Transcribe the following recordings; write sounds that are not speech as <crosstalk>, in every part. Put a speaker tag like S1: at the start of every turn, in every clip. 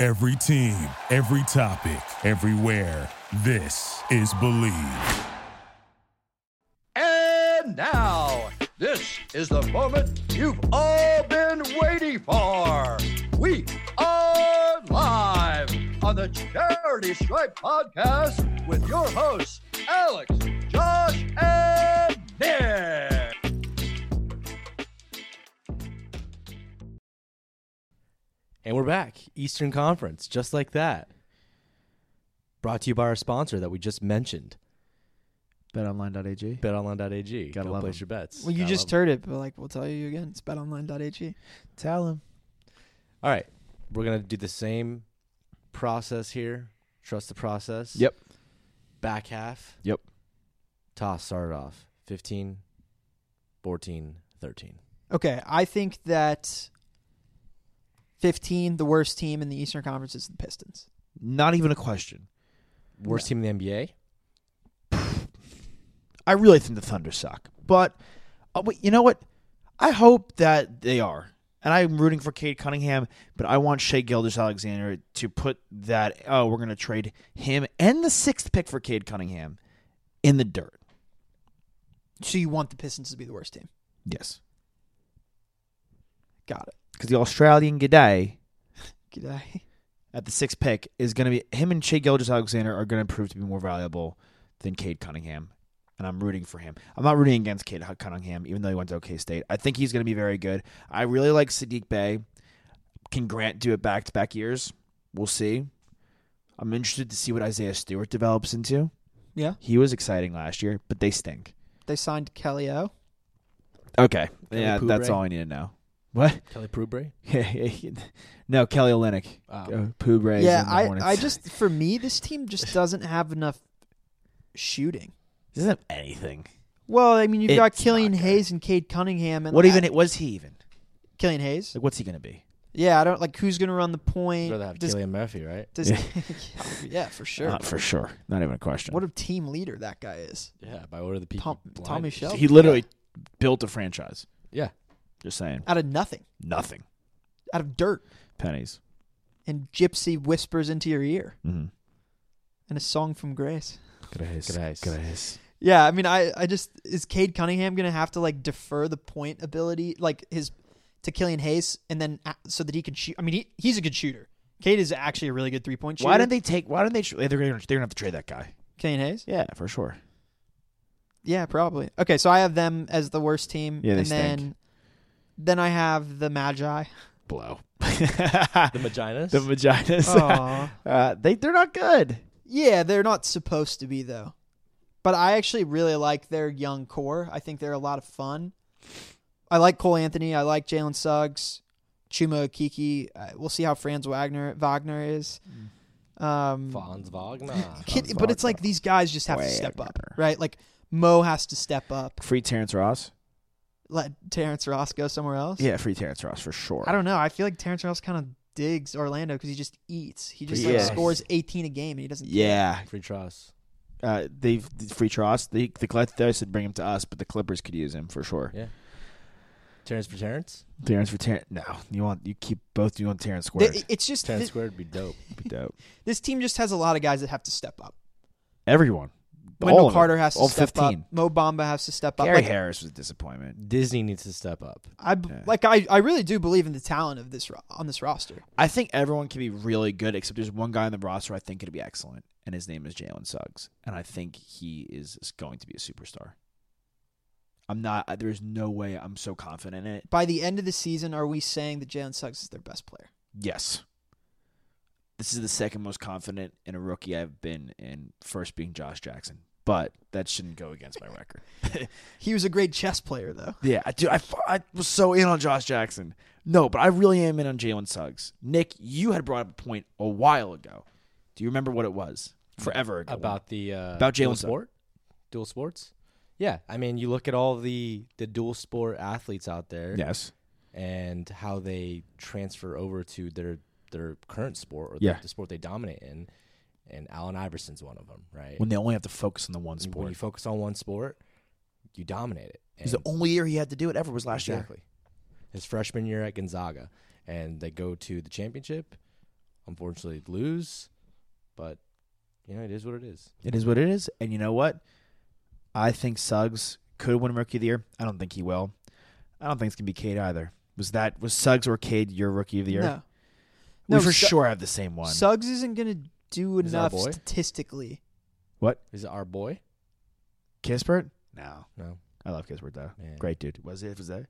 S1: Every team, every topic, everywhere. This is Believe.
S2: And now, this is the moment you've all been waiting for. We are live on the Charity Stripe podcast with your hosts, Alex, Josh, and Nick.
S3: And we're back. Eastern Conference, just like that. Brought to you by our sponsor that we just mentioned,
S4: BetOnline.ag.
S3: betonline.ag.
S4: Gotta
S3: Go
S4: love
S3: place your
S4: them.
S3: bets.
S5: Well, you
S3: Gotta
S5: just
S3: love
S5: heard it, but like we'll tell you again. It's betonline.ag.
S4: Tell him.
S3: them. All right. We're going to do the same process here. Trust the process.
S4: Yep.
S3: Back half.
S4: Yep.
S3: Toss started off 15, 14, 13.
S5: Okay, I think that 15, the worst team in the Eastern Conference is the Pistons.
S4: Not even a question.
S3: Worst team in the NBA?
S4: I really think the Thunder suck, but uh, but you know what? I hope that they are, and I'm rooting for Cade Cunningham. But I want Shea Gilders Alexander to put that. Oh, we're gonna trade him and the sixth pick for Cade Cunningham in the dirt.
S5: So you want the Pistons to be the worst team.
S4: Yes,
S5: Got it.
S4: because the Australian G'day
S5: Good eye.
S4: at the sixth pick is gonna be him and Shea Gilders Alexander are gonna prove to be more valuable than Cade Cunningham. And I'm rooting for him. I'm not rooting against Cade Cunningham, even though he went to OK State. I think he's going to be very good. I really like Sadiq Bay. Can Grant do it back to back years? We'll see. I'm interested to see what Isaiah Stewart develops into.
S5: Yeah.
S4: He was exciting last year, but they stink.
S5: They signed Kelly O.
S4: Okay.
S3: Kelly
S4: yeah, that's
S3: Oubre?
S4: all I need to know. What? <laughs>
S3: Kelly Prubre?
S4: no, Kelly Olynyk.
S3: Oh.
S4: Uh, Pooh Brays
S5: yeah,
S4: and the
S5: I,
S4: Hornets.
S5: I just, for me, this team just doesn't have enough shooting.
S4: doesn't have anything.
S5: Well, I mean, you've got
S4: It's
S5: Killian
S4: not good.
S5: Hayes and Cade Cunningham. And
S4: What
S5: like,
S4: even was he even?
S5: Killian Hayes?
S4: Like, what's he gonna be?
S5: Yeah, I don't like who's going to run the point.
S3: rather have
S5: Does-
S3: Killian Murphy, right?
S5: does- <laughs> yeah. for sure.
S4: Not for sure. Not even a question.
S5: what a team leader that guy is.
S3: Yeah, by order of the people.
S5: Tom, Tommy
S3: blind.
S5: Shelby.
S4: he literally built a franchise.
S3: Yeah.
S4: Just saying,
S5: out of nothing,
S4: nothing.
S5: out of dirt,
S4: Pennies.
S5: and Gypsy whispers into your ear,
S4: Mm-hmm.
S5: and a song from Grace.
S3: Grace.
S5: Yeah, I mean, I, I just is Cade Cunningham gonna have to like defer the point ability, like his to Killian Hayes, and then a- so that he can shoot. I mean, he, he's a good shooter. Cade is actually a really good three point shooter.
S4: Why didn't they take? Why didn't they? Tra- they're gonna, they're gonna have to trade that guy.
S5: Killian Hayes?
S4: Yeah, for sure.
S5: Yeah, probably. Okay, so I have them as the worst team.
S4: Yeah, they
S5: and then
S4: stink.
S5: then I have the
S4: <laughs>
S5: Magi. <laughs>
S4: Blow. the
S3: The Maginas?
S4: vaginas.
S5: Aw.
S4: <laughs> uh, they they're not good.
S5: Yeah, they're not supposed to be though. But I actually really like their young core. I think they're a lot of fun. I like Cole Anthony. I like Jalen Suggs, Chuma Kiki. Uh, we'll see how Franz Wagner Wagner is. Um,
S3: Mm. Franz Wagner.
S5: kid- but it's like these guys just have to step up, right? Like Mo has to step up.
S4: Free Terrence Ross.
S5: Let Terrence Ross go somewhere else.
S4: Yeah, free Terrence Ross for sure.
S5: I don't know. I feel like Terrence Ross kind of digs Orlando because he just eats. He just like,
S4: Yeah.
S5: scores 18 a game and he doesn't.
S4: Yeah,
S3: Free trust.
S4: uh, they've free Ross. The the Clippers said bring him to us, but the Clippers could use him for sure.
S3: Yeah. Terrence for Terrence?
S4: Terrence for Terrence. No, you want you keep both. You want Terrence
S5: Th-
S4: squared.
S5: It's just
S3: Terrence
S5: thi-
S3: squared would be dope.
S4: Be dope.
S5: this team just has a lot of guys that have to step up.
S4: Everyone. All
S5: Wendell
S4: of
S5: Carter
S4: them.
S5: has to
S4: All
S5: step
S4: 15.
S5: up. Mo Bamba has to step up.
S4: Gary
S5: Like,
S4: Harris was a disappointment.
S3: Disney needs to step up.
S5: I b-
S4: Yeah.
S5: like I, I really do believe in the talent of this ro- on this roster.
S4: I think everyone can be really good, except there's one guy on the roster I think could be excellent, and his name is Jalen Suggs, and I think he is going to be a superstar. I'm not. There is no way I'm so confident in it.
S5: By the end of the season, are we saying that Jalen Suggs is their best player?
S4: Yes, this is the second most confident in a rookie I've been in. First being Josh Jackson, but that shouldn't go against my record.
S5: He was a great chess player, though.
S4: Yeah, I- dude, I, fu- I was so in on Josh Jackson. No, but I really am in on Jalen Suggs. Nick, you had brought up a point a while ago. Do you remember what it was? Forever ago.
S3: About the uh,
S4: About Jalen
S3: dual
S4: Suggs.
S3: sport, dual sports. Yeah, I mean, you look at all the the dual sport athletes out there,
S4: yes,
S3: and how they transfer over to their their current sport or
S4: Yeah.
S3: the, the sport they dominate in. And Allen Iverson's one of them, right?
S4: when they only have to focus on the one
S3: when you
S4: sport.
S3: focus on one sport, you dominate it.
S4: It was
S3: And-
S4: the only year he had to do it ever was last year.
S3: His freshman year at Gonzaga, and they go to the championship. unfortunately lose, but you know it is what it is.
S4: It is what it is. And you know what? I think Suggs could win Rookie of the Year. I don't think he will. I don't think it's gonna be Cade either. Was that was Suggs or Cade your Rookie of the Year?
S5: No.
S4: We
S5: No,
S4: for
S5: Su-
S4: sure have the same one.
S5: Suggs isn't going to do
S3: Is our
S5: enough
S3: boy?
S5: statistically.
S4: what?
S3: Is it our boy?
S4: Kispert? No.
S3: <laughs> No.
S4: I love Kispert though.
S3: Yeah.
S4: Great dude. Was it was that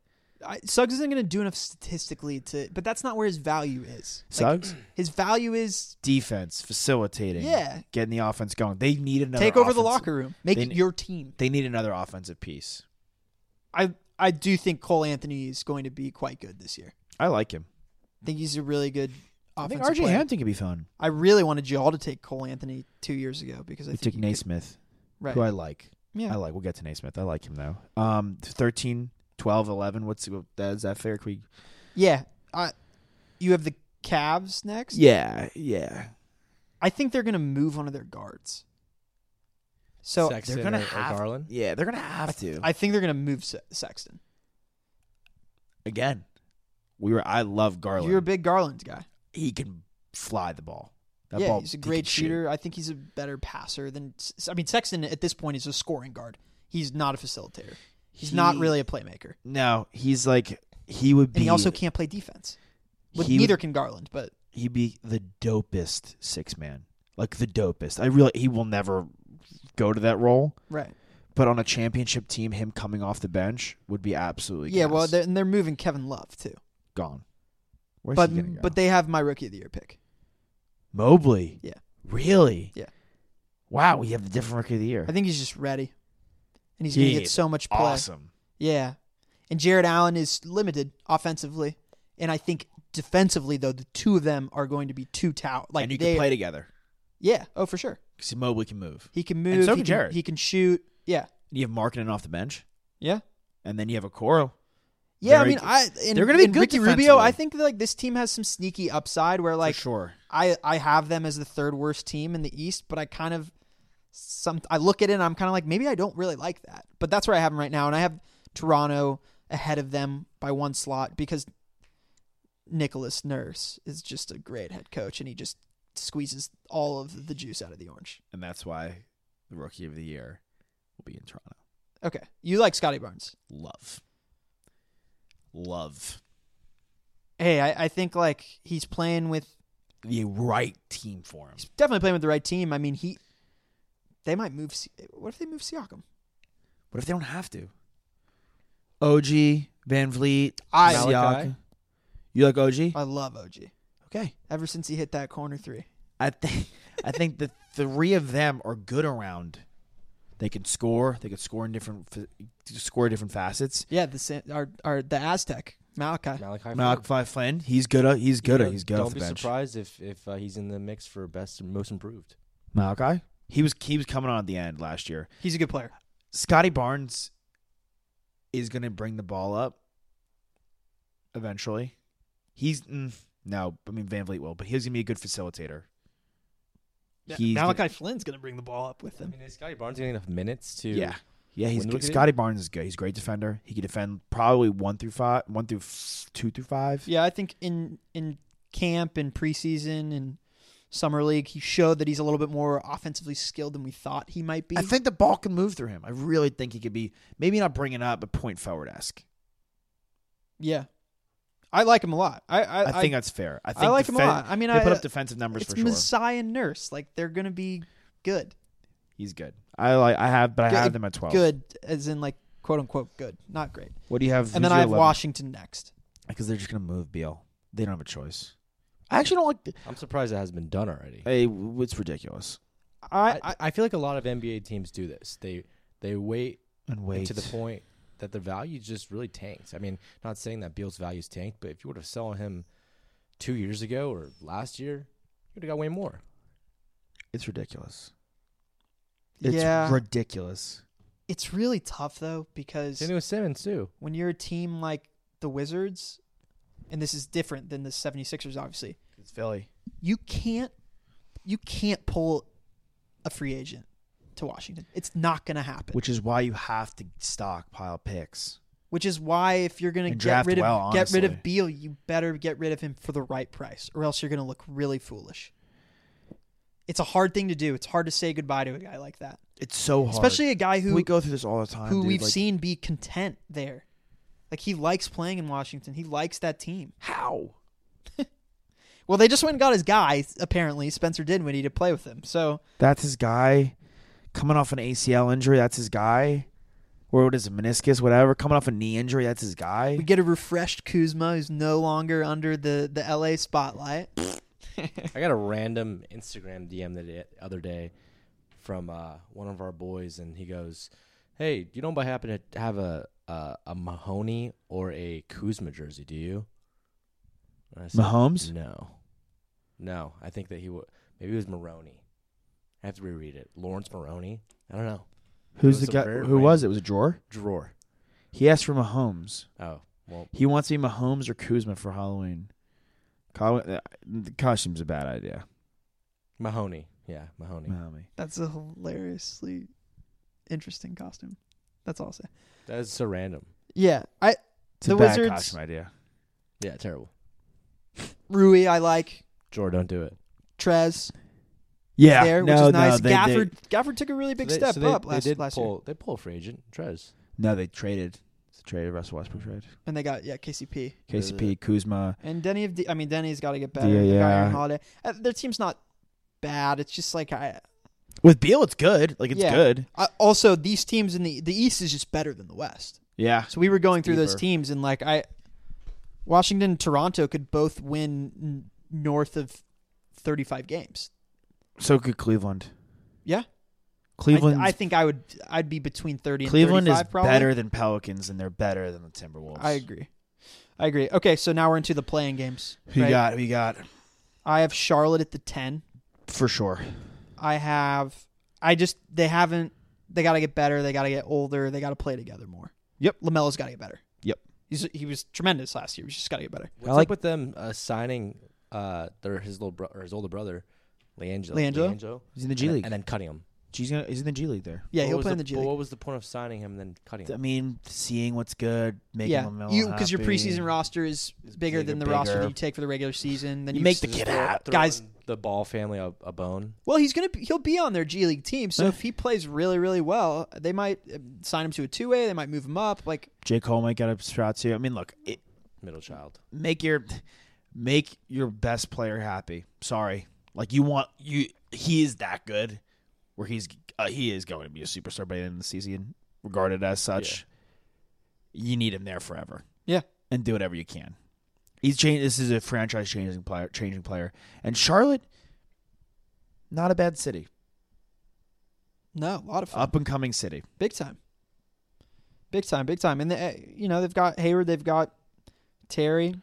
S5: I, Suggs isn't going to do enough statistically to, but that's not where his value is. Like,
S4: Suggs?
S5: his value is
S4: <clears throat> Defense, facilitating,
S5: Yeah.
S4: getting the offense going. They need another
S5: take over the
S4: offensive-
S5: locker room, make
S4: They
S5: it
S4: ne-
S5: your team.
S4: They need another offensive piece.
S5: I I do think Cole Anthony is going to be quite good this year.
S4: I like him.
S5: I think he's a really good
S4: I think
S5: offensive
S4: RJ
S5: player.
S4: Hampton could be fun.
S5: I really wanted you all to take Cole Anthony two years ago because I
S4: We took
S5: think he could-
S4: Naismith.
S5: right.
S4: who I like.
S5: Yeah.
S4: I like. We'll get to Naismith. I like him though. Um, 13, 12, 11. What's what, that? Is that fair? Can we?
S5: yeah. I, you have the Cavs next.
S4: Yeah, yeah.
S5: I think they're going to move one of their guards. So
S3: Sexton
S4: they're gonna
S3: or, or
S4: have-
S3: Garland.
S4: Yeah, they're gonna have to
S5: I think they're going to move Se- Sexton.
S4: again. We were. I love Garland.
S5: You're a big Garland guy.
S4: he can fly the ball. That
S5: yeah,
S4: ball,
S5: he's
S4: he
S5: a
S4: can
S5: great
S4: shoot.
S5: shooter. I think he's a better passer than. S- I mean, Sexton at this point is a scoring guard. He's not a facilitator. He's not
S4: He-
S5: really a playmaker,
S4: No, he's like he would be.
S5: and he also can't play defense. Well,
S4: he would-
S5: neither can Garland, but
S4: he'd be the dopest six man. Like the dopest. I really. He will never go to that role.
S5: right.
S4: But on a championship team, him coming off the bench would be absolutely
S5: Yeah, well,
S4: gas.
S5: they're, and they're moving Kevin Love too.
S4: gone. Where's
S5: but
S4: he gonna go?
S5: but they have my rookie of the year pick.
S4: Mobley.
S5: Yeah.
S4: Really?
S5: Yeah.
S4: Wow, we have the different rookie of the year.
S5: I think he's just ready, and he's going to
S4: He
S5: get so much play.
S4: awesome.
S5: Yeah, and Jared Allen is limited offensively, and I think defensively though the two of them are going to be too tower. Like
S4: and you
S5: they,
S4: can play together
S5: Yeah. Oh, for sure.
S4: because Mobley can move.
S5: He can move.
S4: so can
S5: he can
S4: Jared.
S5: He can shoot. Yeah.
S4: You have marketing off the bench,
S5: Yeah.
S4: and then you have a Coro.
S5: Yeah, I
S4: Very
S5: mean,
S4: good.
S5: I and,
S4: They're gonna be
S5: and
S4: good
S5: Ricky Rubio.
S4: defensively.
S5: I think that, like this team has some sneaky upside where like
S4: for sure.
S5: I I have them as the third worst team in the East, but I kind of some I look at it and I'm kind of like maybe I don't really like that, but that's where I have them right now, and I have Toronto ahead of them by one slot because Nicholas Nurse is just a great head coach, and he just squeezes all of the juice out of the orange.
S4: And that's why the rookie of the year will be in Toronto.
S5: Okay, you like Scotty Barnes?
S4: Love. Love.
S5: Hey, I, I think like he's playing with
S4: The right team for him.
S5: he's definitely playing with the right team. I mean, he they might move. Si- What if they move Siakam?
S4: What if they don't have to? OG, Van Vliet,
S5: I-
S4: Siakam. You like OG?
S5: I love OG.
S4: Okay.
S5: Ever since he hit that corner three,
S4: I think I think the three of them are good around. They can score. They can score in different fa- score different facets.
S5: yeah, the San- our our the Aztec Malachi.
S3: Malachi. Flynn.
S4: Malachi Flynn, he's good. uh, He's good. uh, He's good
S3: Don't
S4: off
S3: be
S4: the bench.
S3: surprised if if uh, he's in the mix for best and most improved.
S4: Malachi, he was he was coming on at the end last year.
S5: He's a good player.
S4: Scotty Barnes is going to bring the ball up eventually. He's mm, no, I mean Van Vliet will, but he's going to be a good facilitator. He's
S5: Malachi Flynn's gonna bring the ball up with
S3: I
S5: him.
S3: mean, is Scotty Barnes getting enough minutes to?
S4: Yeah. Yeah, he's
S3: When we
S4: good.
S3: get in-
S4: Scotty Barnes is good. He's a great defender. He can defend probably one through five, one through f- two through five.
S5: Yeah, I think in in camp and preseason and summer league, he showed that he's a little bit more offensively skilled than we thought he might be.
S4: I think the ball can move through him. I really think he could be maybe not bringing up, but point forward esque.
S5: yeah, I like him a lot. I I,
S4: I, think that's fair. I think
S5: like him a
S4: defen-
S5: lot. I mean,
S4: they
S5: I- uh,
S4: put up defensive numbers
S5: it's
S4: for sure.
S5: Messiah Nurse. Like they're gonna be good.
S4: He's good. I like. I have, but I
S5: Good-
S4: have them at twelve.
S5: Good, as in like quote unquote good, not great.
S4: What do you have?
S5: And then I have Washington next.
S4: because they're just gonna move Beal. They don't have a choice. I actually don't like. The,
S3: I'm surprised it hasn't been done already.
S4: hey, w- it's ridiculous.
S3: I, I, feel like a lot of NBA teams do this. They they wait,
S4: And wait
S3: to the point that their value just really tanks. I mean, not saying that Beal's value's tanked, but if you were to sell him two years ago or last year, you would have got way more.
S4: It's ridiculous. It's
S5: yeah,
S4: ridiculous.
S5: it's really tough though because
S3: Same thing with Simmons too.
S5: when you're a team like the Wizards, and this is different than the 76ers, obviously,
S4: It's Philly.
S5: you can't you can't pull a free agent to Washington. It's not going to happen.
S4: which is why you have to stockpile picks.
S5: which is why if you're going to
S4: And
S5: get
S4: draft
S5: rid of
S4: well,
S5: get
S4: honestly.
S5: rid of Beal, you better get rid of him for the right price, or else you're going to look really foolish. It's a hard thing to do. It's hard to say goodbye to a guy like that,
S4: It's so hard.
S5: especially a guy who
S4: we go through this all the time.
S5: who
S4: Uh, dude,
S5: we've
S4: like,
S5: seen be content there. Like he likes playing in Washington. He likes that team.
S4: how
S5: Well, they just went and got his guy. Apparently, Spencer Dinwiddie to play with him. So
S4: that's his guy coming off an ACL injury. That's his guy. Or what is it, meniscus, whatever. Coming off a knee injury. That's his guy.
S5: we get a refreshed Kuzma who's no longer under the the LA spotlight.
S3: I got a random Instagram DM the day, other day from uh, one of our boys, and he goes, "Hey, you don't by happen to have a a, a Mahoney or a Kuzma jersey, do you?" And I said,
S4: Mahomes?
S3: No, no. I think that he would. Maybe it was Maroney. I have to reread it. Lawrence Maroney. I don't know.
S4: Who's
S3: was
S4: the
S3: a
S4: guy?
S3: very
S4: Who was it? Was it Drawer?
S3: Drawer.
S4: He asked for Mahomes.
S3: Oh well,
S4: He wants to be Mahomes or Kuzma for Halloween. Col- uh, The costume's a bad idea.
S3: Mahoney. Yeah, Mahoney.
S4: Mahoney.
S5: That's a hilariously interesting costume. That's all I'll say.
S3: That is so random.
S5: Yeah, I
S4: It's a
S5: The
S4: bad
S5: Wizards-
S4: costume idea.
S3: Yeah, terrible.
S5: Rui I like
S3: Drawer, don't do it.
S5: Trez
S4: Yeah,
S5: there,
S4: no,
S5: which is
S4: no,
S5: nice.
S4: they- they-
S5: Gafford Gafford took a really big
S3: So they-
S5: step
S3: so they-
S5: up
S3: they
S5: last
S3: did
S5: last
S3: pull,
S5: year,
S3: They pull a free agent, Trez.
S4: no, they traded. It's a trade. Russell Westbrook trade.
S5: and they got yeah KCP
S4: KCP, Kuzma.
S5: and Denny. Of D- I mean Denny's got to get better.
S4: Yeah,
S5: They got Aaron
S4: yeah.
S5: Holiday. Uh, their team's not bad. It's just like I,
S4: With Beal, it's good. Like it's
S5: Yeah.
S4: good.
S5: I also these teams in the the East is just better than the West.
S4: Yeah.
S5: So we were going through those
S4: deeper.
S5: teams, and like I, Washington and Toronto could both win n- north of thirty-five games.
S4: So could Cleveland.
S5: Yeah,
S4: Cleveland.
S5: I, I think I would. I'd be between thirty.
S4: Cleveland
S5: and
S4: is
S5: 35 probably.
S4: better than Pelicans, and they're better than the Timberwolves.
S5: I agree. I agree. Okay, so now we're into the playing games.
S4: Who you
S5: right?
S4: got? Who you got?
S5: I have Charlotte at the ten.
S4: For sure.
S5: I have. I just they haven't. They got to get better. They got to get older. They got to play together more.
S4: Yep.
S5: Lamelo's got to get better.
S4: Yep.
S5: He's, he was tremendous last year. He's just got to get better.
S3: What's
S4: like-
S3: up with them uh, signing uh, their his little bro- or his older brother, Leangelo?
S5: Leangelo?
S4: He's in the G
S3: and,
S4: League.
S3: and then cutting him.
S4: He's, gonna, he's in the G League there.
S5: Yeah,
S3: What
S5: he'll
S3: was
S5: play in the G League.
S3: What was the point of signing him and then cutting
S4: I
S3: him?
S4: mean, seeing what's good, making
S5: yeah,
S4: them
S5: you because your preseason roster is
S4: It's
S5: bigger
S4: bigger,
S5: than the roster that
S4: bigger.
S5: you take for the regular season. Then
S4: You
S5: you,
S4: make
S5: s-
S4: the
S3: Just
S4: kid
S3: throw-
S4: out.
S3: throwing
S5: Guys-
S3: The ball family a, a bone.
S5: well, he's gonna be, he'll be on their G League team. So if he plays really really well, they might uh, sign him to a two way. They might move him up. Like
S4: J Cole might get a shot too. I mean, look, it,
S3: Middle child.
S4: make your make your best player happy. Sorry, like you want you he is that good, where he's uh, he is going to be a superstar by the end of the season, regarded as such. You need him there forever
S5: yeah,
S4: and do whatever you can. He's changed. This is a franchise changing player, changing player, and Charlotte, not a bad city,
S5: no, a lot of fun.
S4: up and coming city.
S5: Big time. Big time, big time. And, they, you know, they've got Hayward, they've got Terry,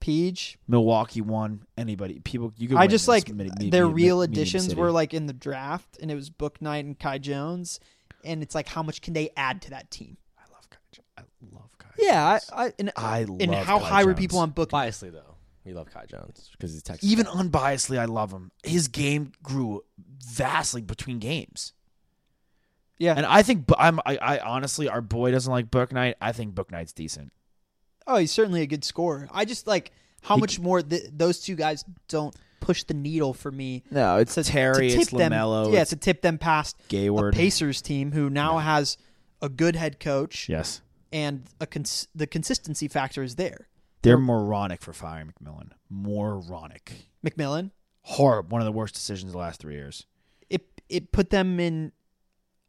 S5: Peach.
S4: Milwaukee won. Anybody, people, you could.
S5: I
S4: win
S5: just
S4: this
S5: like
S4: mid- mid-
S5: their
S4: mid-
S5: real
S4: medium
S5: additions
S4: city.
S5: were like in the draft, and it was Book Knight and Kai Jones. And it's like, how much can they add to that team?
S4: I love Kai. Jo- I love Kai.
S5: Yeah, I, I, and,
S4: I
S5: and
S4: love
S5: how
S4: Kai
S5: high were
S4: Jones.
S5: people on Book? Knight?
S3: Biasly though, we love Kai Jones because he's Texas.
S4: even unbiasedly, I love him. His game grew vastly between games,
S5: Yeah.
S4: and I think Bu- I'm. I, I honestly, our boy doesn't like Book Knight. I think Book Knight's decent.
S5: oh, he's certainly a good scorer. I just like how
S4: He-
S5: much more th- those two guys don't push the needle for me.
S4: No, it's
S5: to,
S4: Terry,
S5: to tip
S4: it's Lamelo,
S5: Them, yeah,
S4: it's
S5: to tip them past
S4: Gayward.
S5: a Pacers team who now has a good head coach
S4: yes,
S5: and a cons- the consistency factor is there.
S4: they're moronic for firing McMillan. Moronic,
S5: McMillan,
S4: horrible. One of the worst decisions of the last three years.
S5: it it put them in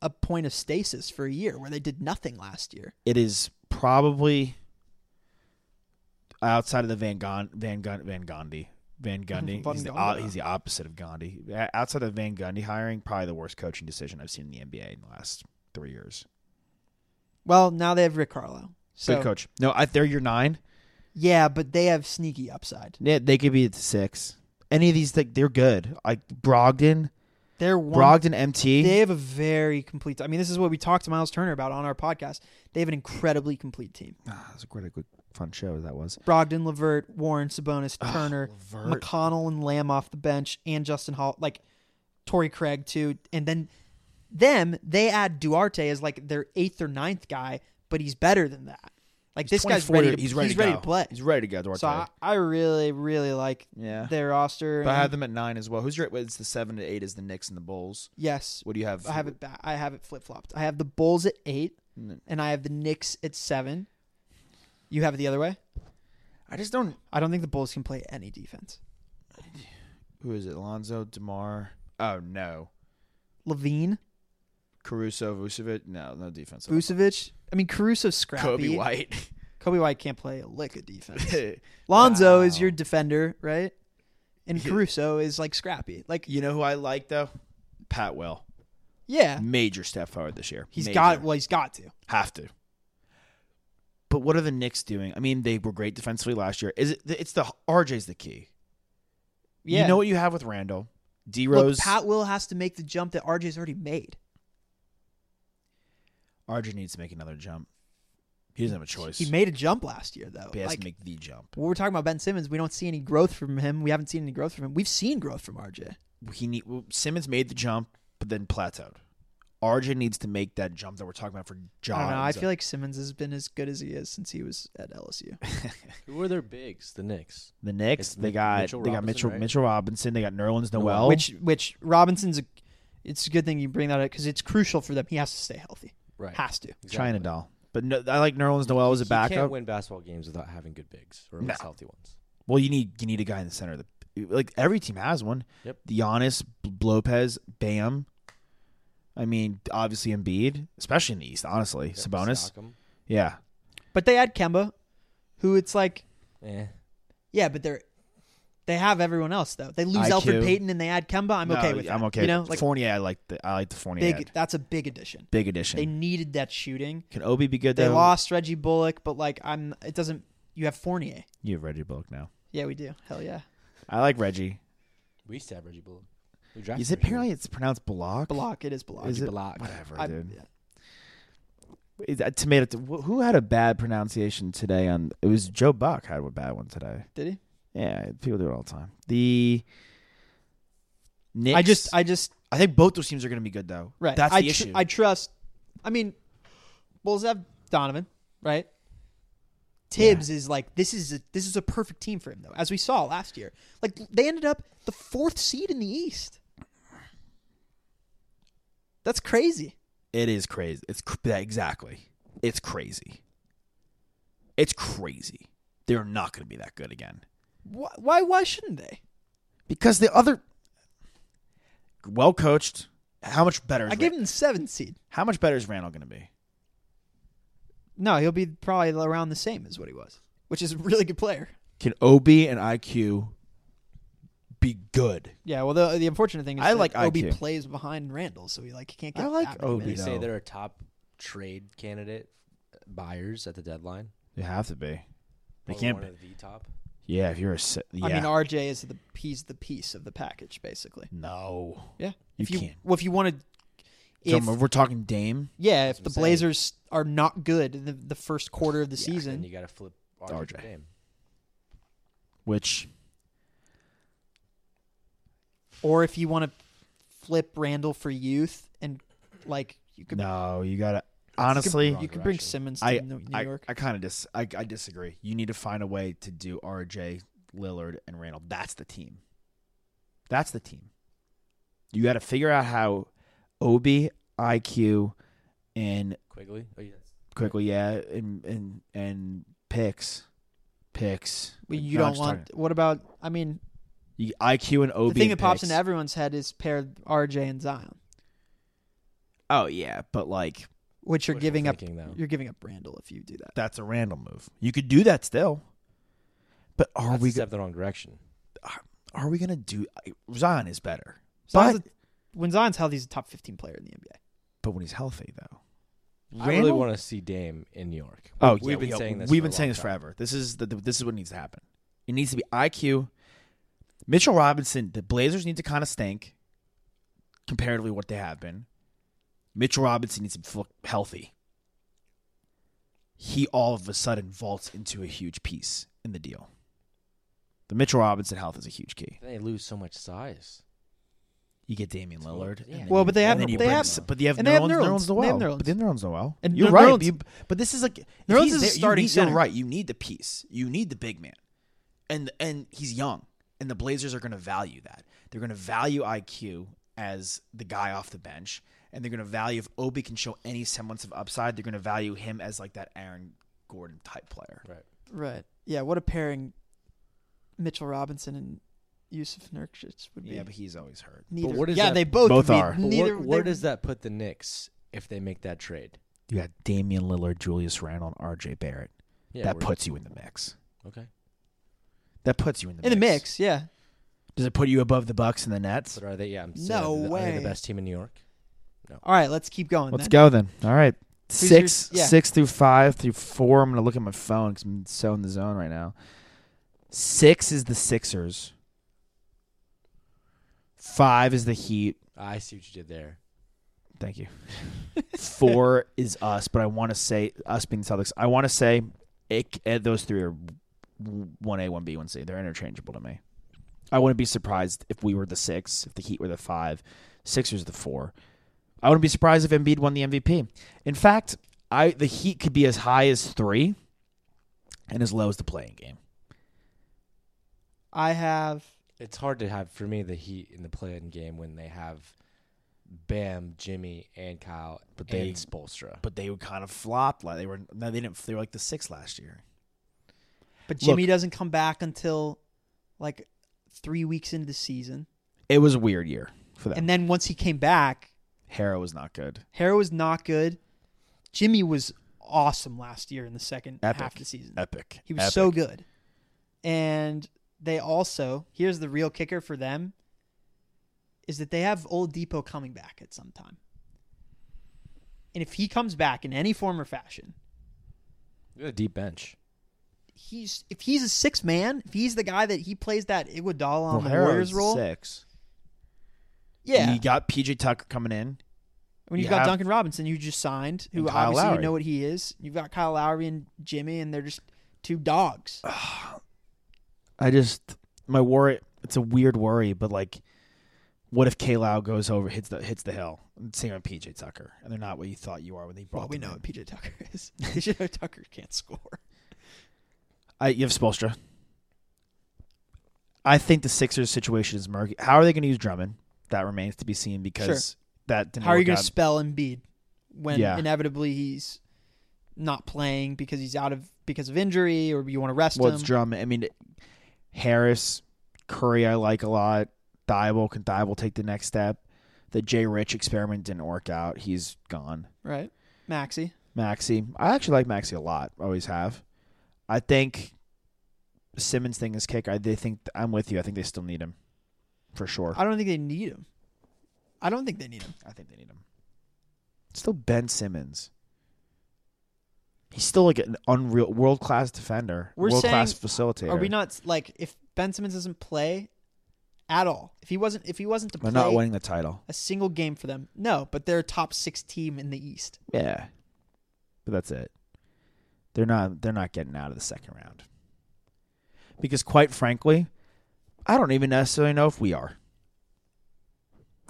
S5: a point of stasis for a year where they did nothing last year.
S4: It is probably outside of the Van Gon Van Gun Van Gandhi.
S5: <laughs>
S4: Van Gundy.
S5: Van
S4: he's, the,
S5: Gundy.
S4: o- he's the opposite of Gandhi. O- Outside of Van Gundy hiring, probably the worst coaching decision I've seen in the NBA in the last three years.
S5: Well, now they have Rick Carlisle. So
S4: Good coach. No, I, they're your nine.
S5: yeah, but they have sneaky upside.
S4: Yeah, they could be at six. Any of these, like they're good. Like Brogdon,
S5: They're one
S4: Brogdon, MT.
S5: they have a very complete I mean, this is what we talked to Miles Turner about on our podcast. They have an incredibly complete team.
S4: Ah, that was a quite a good fun show that was.
S5: Brogdon, Lavert, Warren, Sabonis, Turner,
S4: Levert.
S5: McConnell, and Lamb off the bench, and Justin Hall, like Torrey Craig too, and then them they add Duarte as like their eighth or ninth guy, but he's better than that. Like
S4: He's
S5: this guy's
S4: 24
S5: ready. To,
S4: he's ready to go.
S5: play.
S4: He's ready to go. Duarte.
S5: So I, I really, really like
S4: yeah.
S5: their roster.
S4: But I
S5: and-
S4: have them at nine as well. Who's your? It's the seven to eight is the Knicks and the Bulls.
S5: yes,
S4: What do you have?
S5: I have it. ba- I have it flip flopped. I have the Bulls at eight,
S4: Mm.
S5: and I have the Knicks at seven. You have it the other way.
S4: I just don't.
S5: I don't think the Bulls can play any defense.
S4: Who is it? Alonzo, Demar. Oh no,
S5: Levine,
S4: Caruso, Vucevic. No, no defense. at all.
S5: Vucevic. I mean, Caruso's scrappy.
S4: Kobe White.
S5: Kobe White can't play a lick of defense.
S4: <laughs>
S5: <laughs> Lonzo is your defender, right? And
S4: Yeah.
S5: Caruso is like scrappy. Like,
S4: you know who I like though? Pat Will.
S5: yeah,
S4: Major step forward this year.
S5: he's
S4: Major.
S5: got. Well, he's got to.
S4: have to. But what are the Knicks doing? I mean, they were great defensively last year. Is it? It's the RJ's the key.
S5: Yeah,
S4: You know what you have with Randall, D
S5: Look,
S4: Rose.
S5: Pat Will has to make the jump that RJ's already made.
S4: RJ needs to make another jump. He doesn't have a choice.
S5: He made a jump last year, though.
S4: But he has
S5: Like,
S4: to make the jump.
S5: when we're talking about Ben Simmons, we don't see any growth from him. We haven't seen any growth from him. We've seen growth from RJ.
S4: He need well, Simmons made the jump, but then plateaued. RJ needs to make that jump that we're talking about for John.
S5: I don't know. I feel like Simmons has been as good as he is since he was at LSU.
S3: Who were their bigs? The Knicks.
S4: <laughs> the Knicks.
S3: It's
S4: they
S3: Mi-
S4: got
S3: Mitchell
S4: they got
S3: Robinson,
S4: Mitchell
S3: right?
S4: Mitchell Robinson. They got Nerlens Noel.
S5: Which which Robinson's a it's a good thing you bring that up because it's crucial for them. He has to stay healthy.
S3: Right.
S5: Has to.
S4: China doll. But no, I like Nerlens Noel as a
S3: You can't
S4: backup.
S3: win basketball games without having good bigs or at
S4: No.
S3: least healthy ones.
S4: Well, you need you need a guy in the center. Of the, like every team has one.
S3: Yep.
S4: Giannis, B- Lopez, Bam. I mean, obviously Embiid, especially in the East. Honestly, Sabonis.
S3: Siakam.
S4: Yeah.
S5: But they add Kemba, who it's like
S3: Eh.
S5: yeah, but they're they have everyone else though. They lose
S4: IQ.
S5: Alfred Payton and they add Kemba. I'm okay
S4: No,
S5: with that.
S4: I'm okay.
S5: You know,
S4: with-
S5: like
S4: Fournier, I like the I like the Fournier.
S5: big.
S4: ad.
S5: That's a big addition.
S4: big addition.
S5: They needed that shooting.
S4: Can Obi be good
S5: They
S4: though?
S5: lost Reggie Bullock, but like I'm. It doesn't. You have Fournier.
S4: You have Reggie Bullock now.
S5: Yeah, we do. Hell yeah.
S4: I like Reggie.
S3: We used to have Reggie Bullock. We drafted
S4: Is it
S3: Reggie
S4: apparently it's pronounced Bullock?
S5: Block. It is block.
S4: Is it
S3: Bullock.
S4: whatever,
S5: I-
S4: dude?
S5: yeah.
S4: Is that tomato. wh- Who had a bad pronunciation today? On it was Joe Buck had a bad one today.
S5: Did he?
S4: Yeah, people do it all the time. The Knicks.
S5: I just. I just.
S4: I think both those teams are going to be good though.
S5: Right.
S4: That's
S5: I
S4: the
S5: tr-
S4: issue.
S5: I trust. I mean, Bulls have Donovan, right? Tibbs is like this is a, this is a perfect team for him though, as we saw last year. Like they ended up the fourth seed in the East. That's crazy.
S4: it is crazy. It's cr- yeah, exactly. It's crazy. It's crazy. They're not going to be that good again
S5: Why? Why, why shouldn't they?
S4: because the other well coached. How much better? Is
S5: I
S4: Ra-
S5: give him the seventh seed.
S4: how much better is Randall going to be?
S5: No, he'll be probably around the same as what he was, which is a really good player.
S4: Can OB and IQ be good?
S5: Yeah. Well, the, the unfortunate thing is
S4: I
S5: that
S4: like
S5: Obi
S4: IQ.
S5: plays behind Randall, so he like he can't
S4: I
S5: get.
S4: like
S5: that many
S4: Obi.
S3: They
S5: minutes.
S3: say
S4: No.
S3: they're a top trade candidate uh, buyers at the deadline.
S4: You have to be. They
S3: Or
S4: can't.
S3: one
S4: Be.
S3: of the top.
S4: Yeah, if you're a si- yeah.
S5: I mean, RJ is the he's the piece of the package, basically.
S4: no.
S5: Yeah,
S4: You
S5: if you
S4: can't.
S5: well, if you want to,
S4: So
S5: if
S4: we're talking Dame.
S5: yeah, if
S3: That's
S5: the
S3: what I'm saying.
S5: Blazers are not good in the, the first quarter of the
S3: And
S5: season,
S3: you got to flip
S4: RJ.
S3: RJ. for Dame.
S4: which
S5: or if you want to flip Randall for youth and like you could
S4: no, you gotta
S5: you could-
S4: honestly.
S5: you could bring Simmons to
S4: I
S5: New New
S4: I,
S5: York.
S4: I kind of dis I, I disagree. You need to find a way to do RJ Lillard and Randall. That's the team. That's the team. You got to figure out how Obi IQ and
S3: Quigley. Oh, yes.
S4: quickly yeah and and and picks picks.
S5: Well, you
S4: No, I'm
S5: don't
S4: just
S5: want.
S4: talking-
S5: What about? I mean,
S4: you, IQ and Obi.
S5: the thing that
S4: and
S5: pops
S4: picks.
S5: into everyone's head is pair RJ and Zion,
S4: Oh yeah, but like
S5: which you're
S3: Wishful
S5: giving up.
S3: thinking, though.
S5: You're giving up Randall if you do that.
S4: that's a Randall move. You could do that still. But are
S3: That's
S4: we
S3: a step the wrong direction.
S4: are we gonna do Zion is better,
S5: Zion's
S4: but
S5: a- when Zion's healthy, he's a top 15 player in the NBA.
S4: but when he's healthy though.
S3: I really
S4: Randall-
S3: want to see Dame in New York.
S4: Oh,
S3: we've
S4: yeah,
S3: been
S4: yeah,
S3: saying this.
S4: We've
S3: for a
S4: been saying
S3: long
S4: this
S3: time.
S4: forever. This is the this is what needs to happen. It needs to be IQ. Mitchell Robinson. The Blazers need to kind of stink comparatively what they have been. Mitchell Robinson needs to look healthy. He all of a sudden vaults into a huge piece in the deal. The Mitchell Robinson health is a huge key.
S3: They lose so much size.
S4: You get Damian Lillard.
S3: yeah.
S5: Well, but they have
S4: And then you
S5: they
S4: bring-
S5: have
S4: but they have
S5: and they have
S4: Nerlens-
S5: Nerlens.
S4: Nerlens Noel.
S5: They have Nerlens.
S4: But they have Nerlens Noel.
S5: And
S4: you're
S5: Nerlens-
S4: right. but you- but this is like if
S5: Nerlens
S4: he's
S5: is a
S4: there, you
S5: starting
S4: need- you're
S5: center.
S4: right. You need the piece. You need the big man, and and he's young, and the Blazers are going to value that. They're going to value IQ as the guy off the bench, and they're going to value if Obi can show any semblance of upside. They're going to value him as like that Aaron Gordon type player.
S3: Right.
S5: Right. Yeah. What a pairing. Mitchell Robinson and Yusuf Nurkic would be.
S4: Yeah, but he's always hurt.
S5: neither.
S3: what is
S5: yeah,
S3: that-
S5: they both
S4: Both
S5: would be-
S4: are. But
S3: But
S5: Neither.
S3: where, where
S5: they-
S3: does that put the Knicks if they make that trade?
S4: You got Damian Lillard, Julius Randle, and RJ Barrett.
S3: Yeah,
S4: that
S3: we're-
S4: puts you in the mix.
S3: okay.
S4: That puts you in the
S5: in the mix? Yeah.
S4: Does it put you above the Bucks and the Nets?
S3: But are they? Yeah, I'm saying,
S5: No
S3: are they the- Are they
S5: way.
S3: the best team in New York?
S5: All right. Let's keep going.
S4: Let's
S5: then.
S4: go then. All right.
S5: your-
S4: Six,
S5: yeah.
S4: six through five through four. I'm gonna look at my phone because I'm so in the zone right now. Six is the Sixers. Five is the Heat.
S3: I see what you did there.
S4: Thank <laughs> you. Four is us, but I want to say us being the Celtics. I want to say it, eh, those three are one A, one B, one C. They're interchangeable to me. I wouldn't be surprised if we were the six, if the Heat were the five, Sixers the four. I wouldn't be surprised if Embiid won the MVP. In fact, I the Heat could be as high as three, and as low as the playing game.
S5: I have.
S3: It's hard to have for me the Heat in the play-in game when they have Bam, Jimmy, and Kyle, but
S4: But they-
S3: they and Spolstra.
S4: But they would kind of flopped. Like they were no, they didn't. They were like the six last year.
S5: But
S4: Look-
S5: Jimmy doesn't come back until like three weeks into the season,
S4: It was a weird year for them.
S5: and then once he came back,
S4: Harrow was not good.
S5: Harrow was not good. Jimmy was awesome last year in the second
S4: Epic.
S5: half of the season.
S4: Epic.
S5: He was so good. And they also, here's the real kicker for them is that they have Old Depot coming back at some time. And if he comes back in any form or fashion,
S3: They got a deep bench.
S5: he's if he's a six man, if he's the guy that he plays that Iguodala on the Warriors role,
S4: Six.
S5: yeah.
S4: You got PJ Tucker coming in.
S5: when you've
S4: you
S5: got
S4: have-
S5: Duncan Robinson, you just signed, who
S4: And Kyle
S5: obviously
S4: Lowry.
S5: you know what he is. You've got Kyle Lowry and Jimmy, and they're just two dogs.
S4: Oh, I just my worry. It's a weird worry, but like, what if K. Lau goes over hits the hits the hill? Same with PJ Tucker, and they're not what you thought you are when they brought.
S5: Well, we
S4: them
S5: know
S4: in.
S5: what PJ Tucker <laughs> is. PJ Tucker can't score.
S4: I, you have Spolstra. I think the Sixers situation is murky. How are they going to use Drummond? That remains to be seen because that didn't
S5: How are you
S4: work
S5: going
S4: out.
S5: to spell Embiid when
S4: Yeah.
S5: inevitably he's not playing because he's out of because of injury or you want to rest
S4: Well,
S5: him?
S4: it's Drummond. I mean, Harris, Curry, I like a lot. Thibault can Thibault take the next step. The Jay Rich experiment didn't work out. He's gone.
S5: right, Maxi.
S4: Maxi, I actually like Maxi a lot. Always have. I think Simmons thing is kick. I they think I'm with you. I think they still need him for sure.
S5: I don't think they need him. I don't think they need him.
S4: I think they need him. Still Ben Simmons. He's still like an unreal world class defender,
S5: We're
S4: world class
S5: saying-
S4: facilitator.
S5: Are we not like if Ben Simmons doesn't play at all? If he wasn't if he wasn't to
S4: They're
S5: play
S4: not winning the title.
S5: a single game for them, no. But they're a top six team in the East.
S4: Yeah. But that's it. They're not they're not getting out of the second round. Because quite frankly, I don't even necessarily know if we are.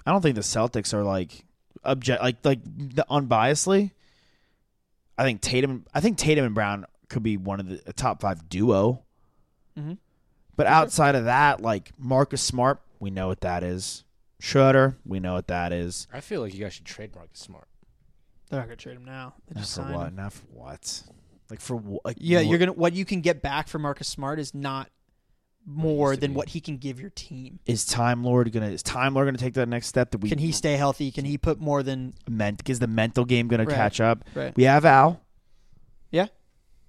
S4: I don't think the Celtics are like object like like the, unbiasedly. I think Tatum I think Tatum and Brown could be one of the a top 5 duo.
S5: Mhm.
S4: But outside of that, like Marcus Smart, we know what that is. Schroeder, we know what that is.
S3: I feel like you guys should trademark Smart.
S5: They're not gonna trade him now. They
S4: Not
S5: just
S4: for
S5: signed
S4: what?
S5: him.
S4: Not for what? Like for what? Like
S5: Yeah,
S4: what-
S5: you're gonna what you can get back from Marcus Smart is not more
S3: used to
S5: than
S3: be.
S5: what he can give your team.
S4: Is Time Lord gonna? Is Time Lord gonna take that next step? That we
S5: Can he stay healthy? Can he put more than
S4: Meant is the mental game gonna
S5: Right.
S4: catch up?
S5: Right.
S4: We have Al.
S5: Yeah.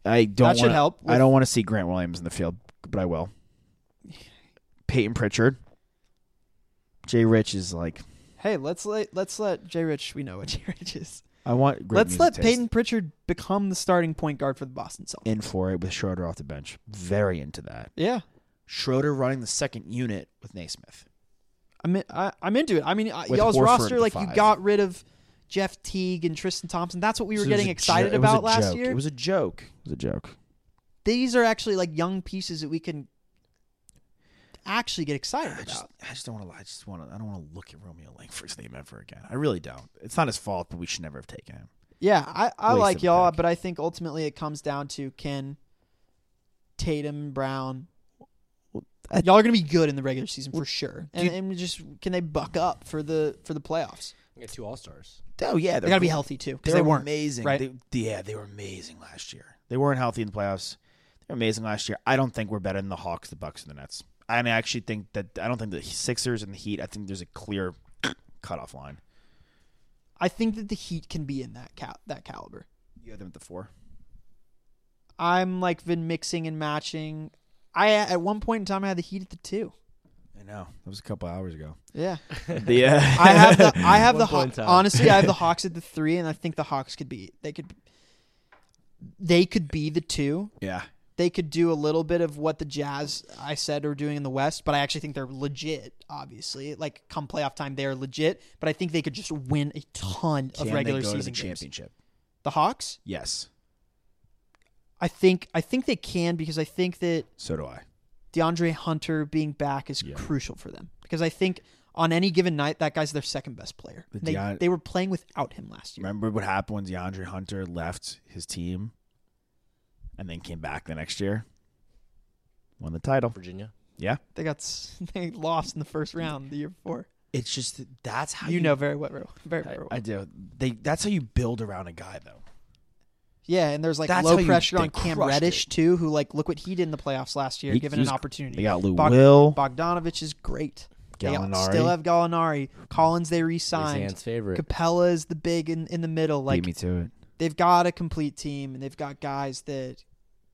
S4: I don't.
S5: That should
S4: wanna-
S5: help
S4: I
S5: with-
S4: don't want to see Grant Williams in the field, but I will. Peyton Pritchard. Jay Rich is like
S5: Hey, let's let let's let Jay Rich. We know what <laughs> Jay Rich is.
S4: I want. Great
S5: let's
S4: music
S5: let
S4: taste.
S5: Peyton Pritchard become the starting point guard for the Boston Celtics.
S4: in for it with Schroeder off the bench. Very into that.
S5: yeah,
S4: Schroeder running the second unit with Naismith.
S5: I'm in, I, I'm into it. I mean, I,
S4: With
S5: y'all's
S4: Horford at
S5: roster,
S4: the
S5: like you
S4: five.
S5: got rid of Jeff Teague and Tristan Thompson. That's what we were
S4: So it was
S5: getting
S4: a
S5: excited
S4: jo- it was a
S5: about last
S4: joke.
S5: year.
S4: It was a joke. It was a joke.
S5: These are actually like young pieces that we can actually get excited
S4: I
S5: about.
S4: just, I just don't want to lie. I just want to. I don't want to look at Romeo Langford's name ever again. I really don't. It's not his fault, but we should never have taken him.
S5: Yeah, I, I
S4: Waste
S5: like
S4: of a
S5: y'all,
S4: pick.
S5: but I think ultimately it comes down to can Tatum Brown.
S4: I-
S5: y'all are gonna be good in the regular season for sure, and,
S4: you-
S5: and just can they buck up for the for the playoffs?
S3: You got two all stars.
S4: Oh yeah,
S5: They gotta be healthy too because
S4: They,
S5: they
S4: were
S5: weren't.
S4: amazing.
S5: right?
S4: They- yeah, they were amazing last year. They weren't healthy in the playoffs. They were amazing last year. I don't think we're better than the Hawks, the Bucks, and the Nets. I mean, I actually think that I don't think the Sixers and the Heat. I think there's a clear <coughs> cutoff line.
S5: I think that the Heat can be in that cal- that caliber.
S4: You had them at the four.
S5: I'm like been mixing and matching. I at one point in time I had the Heat at the two.
S4: I know that was a couple hours <laughs> ago.
S5: Yeah,
S4: Yeah, <laughs>
S5: I have the I have the
S3: One point
S5: Haw-
S3: in time.
S5: honestly I have the Hawks at the three, and I think the Hawks could be they could they could be the two.
S4: yeah.
S5: they could do a little bit of what the Jazz I said are doing in the West, but I actually think they're legit. Obviously, like come playoff time, they're legit. But I think they could just win a ton
S4: Can
S5: of
S4: they
S5: regular
S4: go to the
S5: season games.
S4: championship.
S5: The Hawks,
S4: Yes,
S5: I think, I think they can because I think that
S4: so do I.
S5: DeAndre Hunter being back is crucial for them because I think on any given night that guy's their second best player.
S4: The
S5: They,
S4: Deon-
S5: they were playing without him last year.
S4: Remember what happened when DeAndre Hunter left his team and then came back the next year? Won the title.
S3: Virginia.
S4: Yeah.
S5: They got s- <laughs> they lost in the first round the year before.
S4: It's just that- that's how
S5: You know very well, very very well.
S4: I do. They that's how you build around a guy though.
S5: Yeah, and there's like
S4: That's how
S5: low
S4: you-
S5: pressure
S4: they
S5: on Cam
S4: crushed
S5: Reddish too, who like look what he did in the playoffs last year,
S4: He-
S5: given
S4: he
S5: an
S4: was-
S5: opportunity.
S4: They got Lou
S5: Bog-
S4: Will.
S5: Bogdanovich is great. They all-
S4: Gallinari.
S5: still have Gallinari. Collins they
S3: Zan's
S5: re-signed.
S3: favorite.
S5: Capella is the big in, in the middle. Like
S4: Beat me to it.
S5: they've got a complete team, and they've got guys that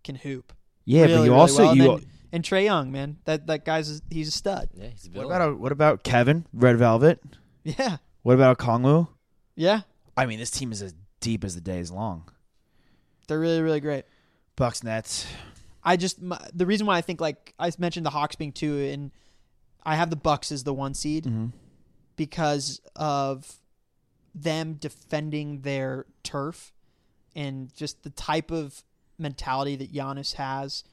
S5: can hoop.
S4: Yeah,
S5: Really,
S4: but you
S5: really
S4: also
S5: well. And
S4: you.
S5: then- and Trey Young, man, that that guy's a- he's a stud. <laughs>
S3: yeah, he's a
S4: what
S3: villain.
S4: about what about Kevin Red Velvet?
S5: Yeah,
S4: What about Kongwu?
S5: yeah,
S4: I mean, this team is as deep as the day is long.
S5: they're really really great.
S4: Bucks Nets.
S5: I just my, the reason why I think like I mentioned the Hawks being two, and I have the Bucks as the one seed because of them defending their turf and just the type of mentality that Giannis has.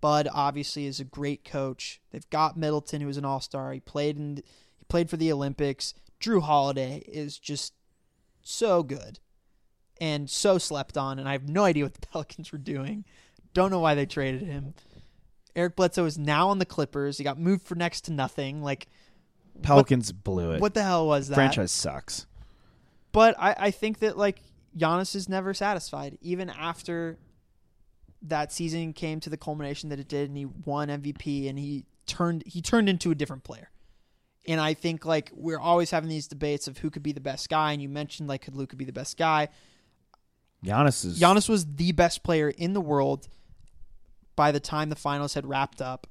S5: Bud obviously is a great coach. They've got Middleton, who is an All Star. He played in he played for the Olympics. Drew Holiday is just so good and so slept on, and I have no idea what the <laughs> Pelicans were doing. Don't know why they traded him. Eric Bledsoe is now on the Clippers. He got moved for next to nothing. Like,
S4: Pelicans blew it.
S5: what the hell was that?
S4: franchise sucks?
S5: But I, I think that like Giannis is never satisfied, even after that season came to the culmination that it did, and he won MVP, and he turned he turned into a different player. And I think like we're always having these debates of who could be the best guy, and you mentioned like could Luca be the best guy?
S4: Giannis is
S5: Giannis was the best player in the world by the time the finals had wrapped up,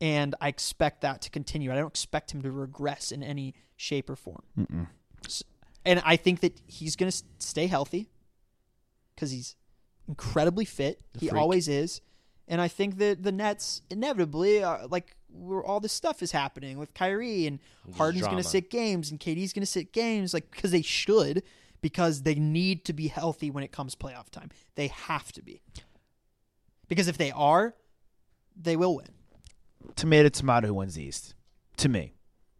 S5: and I expect that to continue. I don't expect him to regress in any shape or form. S- And I think that he's going to stay healthy because he's incredibly fit. he
S3: freak.
S5: always is. And I think that the Nets inevitably are like where all this stuff is happening with Kyrie and Harden's going
S3: drama.
S5: to sit games and KD's going to sit games like because they should because they need to be healthy when it comes playoff time. They have to be. Because if they are, they will win.
S4: tomato tomato who wins the East. To me,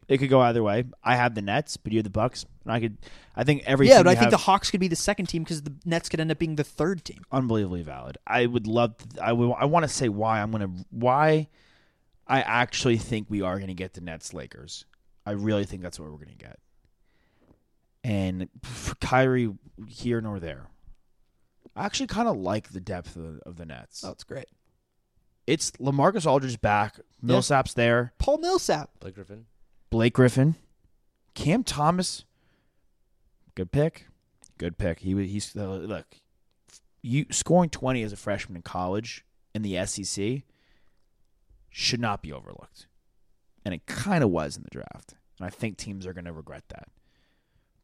S4: it could go either way. I have the Nets, but you have the Bucks, and I could. I think every
S5: Yeah,
S4: team
S5: but I
S4: you
S5: think the
S4: have-
S5: Hawks could be the second team because the Nets could end up being the third team.
S4: unbelievably valid. I would love. To, I would. I want to say why I'm gonna why I actually think we are gonna get the Nets Lakers. I really think that's what we're gonna get. And for Kyrie, here nor there. I actually kind of like the depth of, of the Nets.
S5: it's Oh, great.
S4: It's Lamarcus Aldridge back. Millsap's there.
S5: Paul Millsap.
S3: Blake Griffin?
S4: Blake Griffin, Cam Thomas. Good pick, good pick. He wa- he's uh, look, you scoring twenty as a freshman in college in the SEC should not be overlooked, and it kind of was in the draft, and I think teams are going to regret that.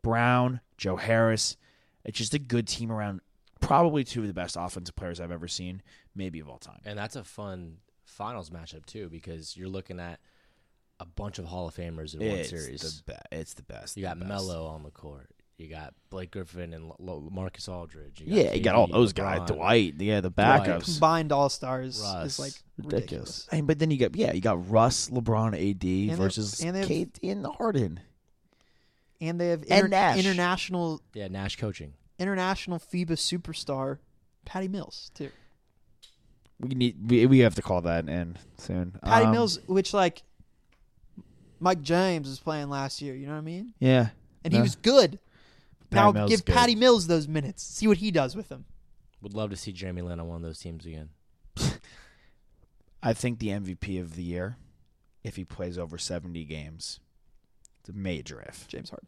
S4: Brown, Joe Harris, it's just a good team around. Probably two of the best offensive players I've ever seen, maybe of all time.
S3: And that's a fun finals matchup too, because you're looking at a bunch of Hall of Famers in one
S4: It's
S3: series.
S4: the, be- it's the best.
S3: you
S4: the
S3: got
S4: best.
S3: Melo on the court. You got Blake Griffin and L- Marcus Aldridge.
S4: Yeah, you got all
S3: KD,
S4: those guys.
S3: LeBron.
S4: Dwight, yeah, the
S3: Dwight.
S4: backups.
S5: Combined all stars
S3: Russ.
S5: is like
S4: Ridiculous.
S5: ridiculous.
S4: And but then you got yeah, you got Russ, LeBron, AD
S5: have-
S4: versus
S5: and they have-
S4: KD and Harden.
S5: And they have
S4: And
S5: inter-
S4: Nash.
S5: international
S3: Yeah, Nash coaching.
S5: international FIBA superstar Patty Mills too.
S4: We need we, we have to call that in soon.
S5: Patty
S4: Um,
S5: Mills, which like Mike James was playing last year, you know what I mean?
S4: Yeah, Uh,
S5: And
S4: No.
S5: he was good.
S4: Patty
S5: now
S4: Mills
S5: give
S4: good.
S5: Patty Mills those minutes. See what he does with them.
S3: Would love to see Jeremy Lin on one of those teams again.
S4: I think the MVP of the year, if he plays over seventy games, it's a major if.
S5: James Harden.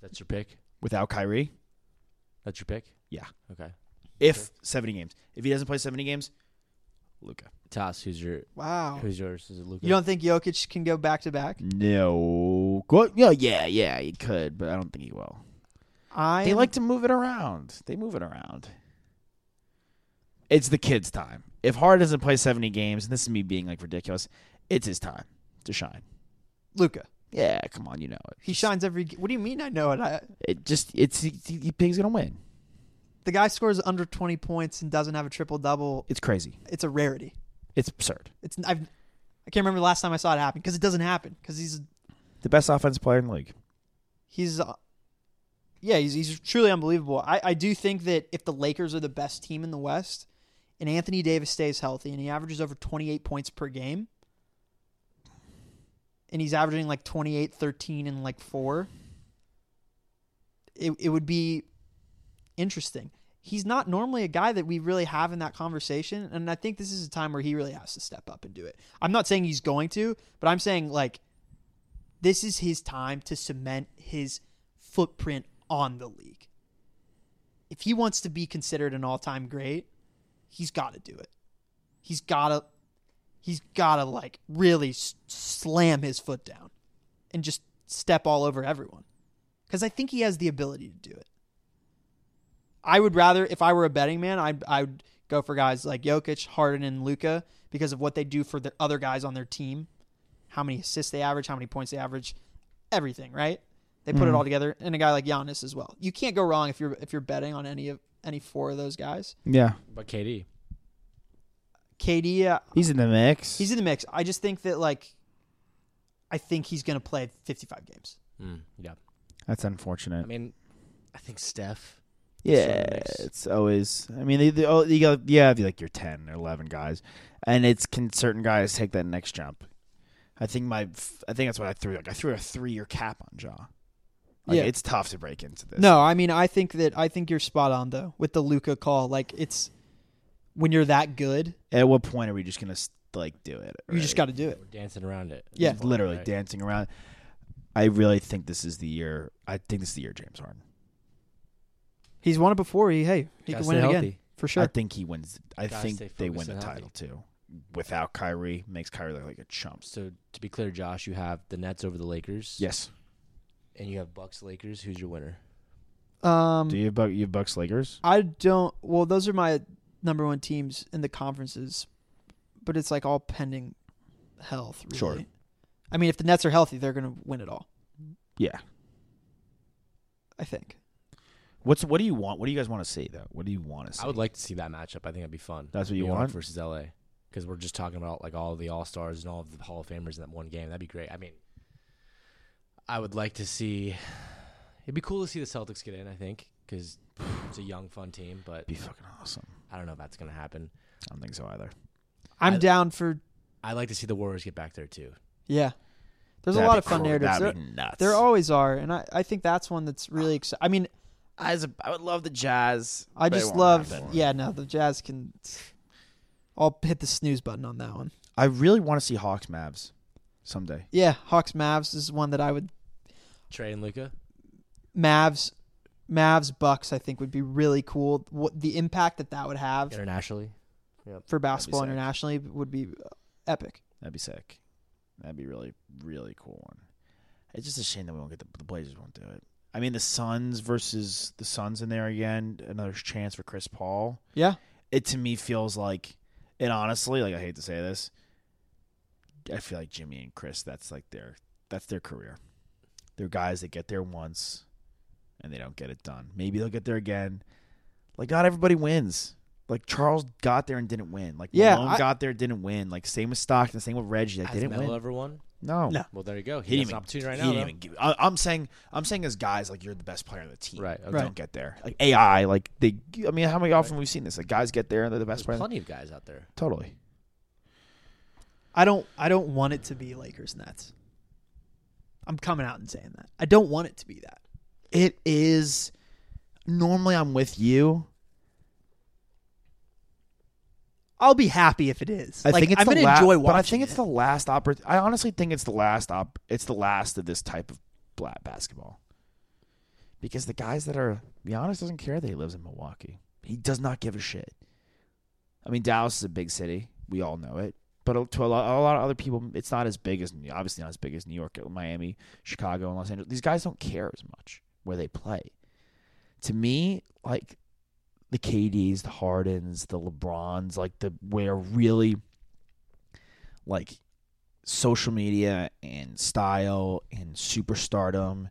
S3: That's your pick.
S4: Without Kyrie,
S3: That's your pick.
S4: Yeah.
S3: Okay.
S4: if seventy games, if he doesn't play seventy games, Luca.
S3: Toss. Who's your?
S4: Oh.
S5: Wow.
S3: Who's yours? Is it Luka?
S5: You don't think Jokic can go back to back?
S4: No, Go- yeah, yeah, yeah, he could, but I don't think he will.
S5: I
S4: They like to move it around. They move it around. It's the kid's time. If Hard doesn't play 70 games, and this is me being like ridiculous, it's his time to shine.
S5: Luca.
S4: Yeah, come on, you know it.
S5: He shines every. What do you mean? I know it. I,
S4: It just it's he, he pig's gonna win.
S5: the guy scores under twenty points and doesn't have a triple double.
S4: It's crazy.
S5: It's a rarity.
S4: It's absurd.
S5: It's I've, I can't remember the last time I saw it happen because it doesn't happen because he's
S4: The best offense player in the league.
S5: he's uh, yeah he's, he's truly unbelievable I, I do think that if the lakers are the best team in the west and anthony davis stays healthy and he averages over 28 points per game and he's averaging like 28 13 and like 4 it, it would be interesting he's not normally a guy that we really have in that conversation and i think this is a time where he really has to step up and do it i'm not saying he's going to but i'm saying like this is his time to cement his footprint on the league. If he wants to be considered an all-time great, he's got to do it. He's got to he's got to like really s- slam his foot down and just step all over everyone. Cuz I think he has the ability to do it. I would rather if I were a betting man, I I would go for guys like Jokic, Harden and Luca because of what they do for the other guys on their team how many assists they average, how many points they average, everything, right? They
S3: Mm-hmm.
S5: put it all together, and a guy like Giannis as well. You can't go wrong if you're if you're betting on any of any four of those guys.
S4: Yeah.
S3: But KD.
S5: KD, uh,
S4: He's in the mix.
S5: he's in the mix. I just think that like, I think he's gonna play 55 games.
S4: Hmm.
S3: Mm, yeah.
S4: That's
S3: I
S4: unfortunate.
S3: mean, I think Steph. sort
S4: Yeah,
S3: of mix.
S4: it's always. I mean, they, they, oh, you got yeah, have like your ten or eleven guys, and it's can certain guys take that next jump. I think my, f- I think that's what I threw. Like I threw a three-year cap on Jaw. Like,
S5: Yeah.
S4: it's tough to break into this.
S5: No, I mean I think that I think you're spot on though with the Luca call. Like it's when you're that good,
S4: At what point are we just gonna s- like do it?
S5: you just
S4: right?
S5: got to do it.
S3: We're dancing around it.
S5: Yeah.
S4: Just literally
S3: Right.
S4: dancing around. I really think this is the year. I think this is the year James Harden.
S5: He's won it before. He hey, he
S3: Gotta
S5: can win it
S3: stay
S5: again
S3: healthy.
S5: for
S4: I
S5: sure.
S4: think he wins. I
S3: Gotta stay
S4: think they
S3: focused
S4: win the
S3: and healthy.
S4: title too. Without Kyrie, makes Kyrie look like a chump.
S3: So to be clear, Josh, you have the Nets over the Lakers.
S4: Yes.
S3: And you have Bucks Lakers. Who's your winner?
S5: Um,
S4: Do you have Buc- you have Bucks Lakers?
S5: I don't. Well, those are my number one teams in the conferences, but it's like all pending health. Really.
S4: Sure.
S5: I mean, if the Nets are healthy, they're going to win it all.
S4: Yeah.
S5: I think.
S4: What's what do you want? What do you guys want to see though? What do you want to see?
S3: I would like to see that matchup. I think that'd be fun.
S4: That's what you
S3: New York
S4: want?
S3: versus LA because we're just talking about like all the All Stars and all of the Hall of Famers in that one game. That'd be great. I mean, I would like to see. It'd be cool to see the Celtics get in. I think because it's a young, fun team, but
S4: be fucking awesome.
S3: I don't know if that's gonna happen.
S4: I don't think so either.
S5: I'm
S3: I-
S5: down for.
S3: I'd like to see the Warriors get back there too.
S5: Yeah. There's
S4: That'd
S5: a lot
S4: be
S5: of fun
S4: cool.
S5: narratives. There,
S4: That'd be nuts.
S5: there always are, and I, I think that's one that's really exciting. I mean,
S4: As a, I would love the Jazz.
S5: I
S4: but it
S5: just
S4: won't
S5: love.
S4: happen.
S5: Yeah, no, the Jazz can. I'll hit the snooze button on that one.
S4: I really want to see Hawks Mavs someday.
S5: Yeah, Hawks Mavs is one that I would
S3: Trey and Luca.
S5: Mavs, Mavs Bucks. I think would be really cool. What the impact that that would have
S3: internationally.
S5: for basketball
S4: sick.
S5: internationally would be epic.
S4: That'd be sick. That'd be really really cool one. It's just a shame that we won't get the, the Blazers won't do it. I mean the Suns versus the Suns in there again. Another chance for Chris Paul.
S5: Yeah,
S4: it to me feels like, and honestly, like I hate to say this, I feel like Jimmy and Chris. That's like their that's their career. They're guys that get there once and they don't get it done. Maybe they'll get there again. Like not everybody wins. Like Charles got there and didn't win. Like
S5: Yeah,
S4: Malone
S5: I-
S4: got there didn't win. Like same with Stockton, same with Reggie. Like
S3: Has
S4: they didn't
S3: Melo
S4: win.
S3: ever won?
S4: No,
S5: No.
S3: Well, there you go. He,
S4: He
S3: has an
S4: didn't even-
S3: opportunity right
S4: he
S3: now.
S4: didn't
S3: though.
S4: even give- I, I'm saying I'm saying as guys like you're the best player on the team.
S3: Right,
S4: You
S3: okay.
S4: Don't get there. Like AI. Like they. I mean, how many often we've seen this? Like guys get there and they're the best player.
S3: There's
S4: on the-
S3: plenty of guys out there.
S4: Totally.
S5: I don't I don't want it to be Lakers Nets. I'm coming out and saying that. I don't want it to be that.
S4: It is. Normally, I'm with you.
S5: I'll be happy if it is.
S4: I
S5: Like,
S4: think it's
S5: I'm
S4: the
S5: gonna
S4: la-
S5: enjoy watching.
S4: but I think it's
S5: it.
S4: the last oppor- I honestly think it's the last op. It's the last of this type of bla basketball. Because the guys that are Giannis doesn't care that he lives in Milwaukee. He does not give a shit. I mean, Dallas is a big city. We all know it. But to a lot, a lot of other people, it's not as big as obviously not as big as New York, Miami, Chicago, and Los Angeles. These guys don't care as much where they play. To me, like the KDs, the Hardens, the LeBrons, like the where really like social media and style and superstardom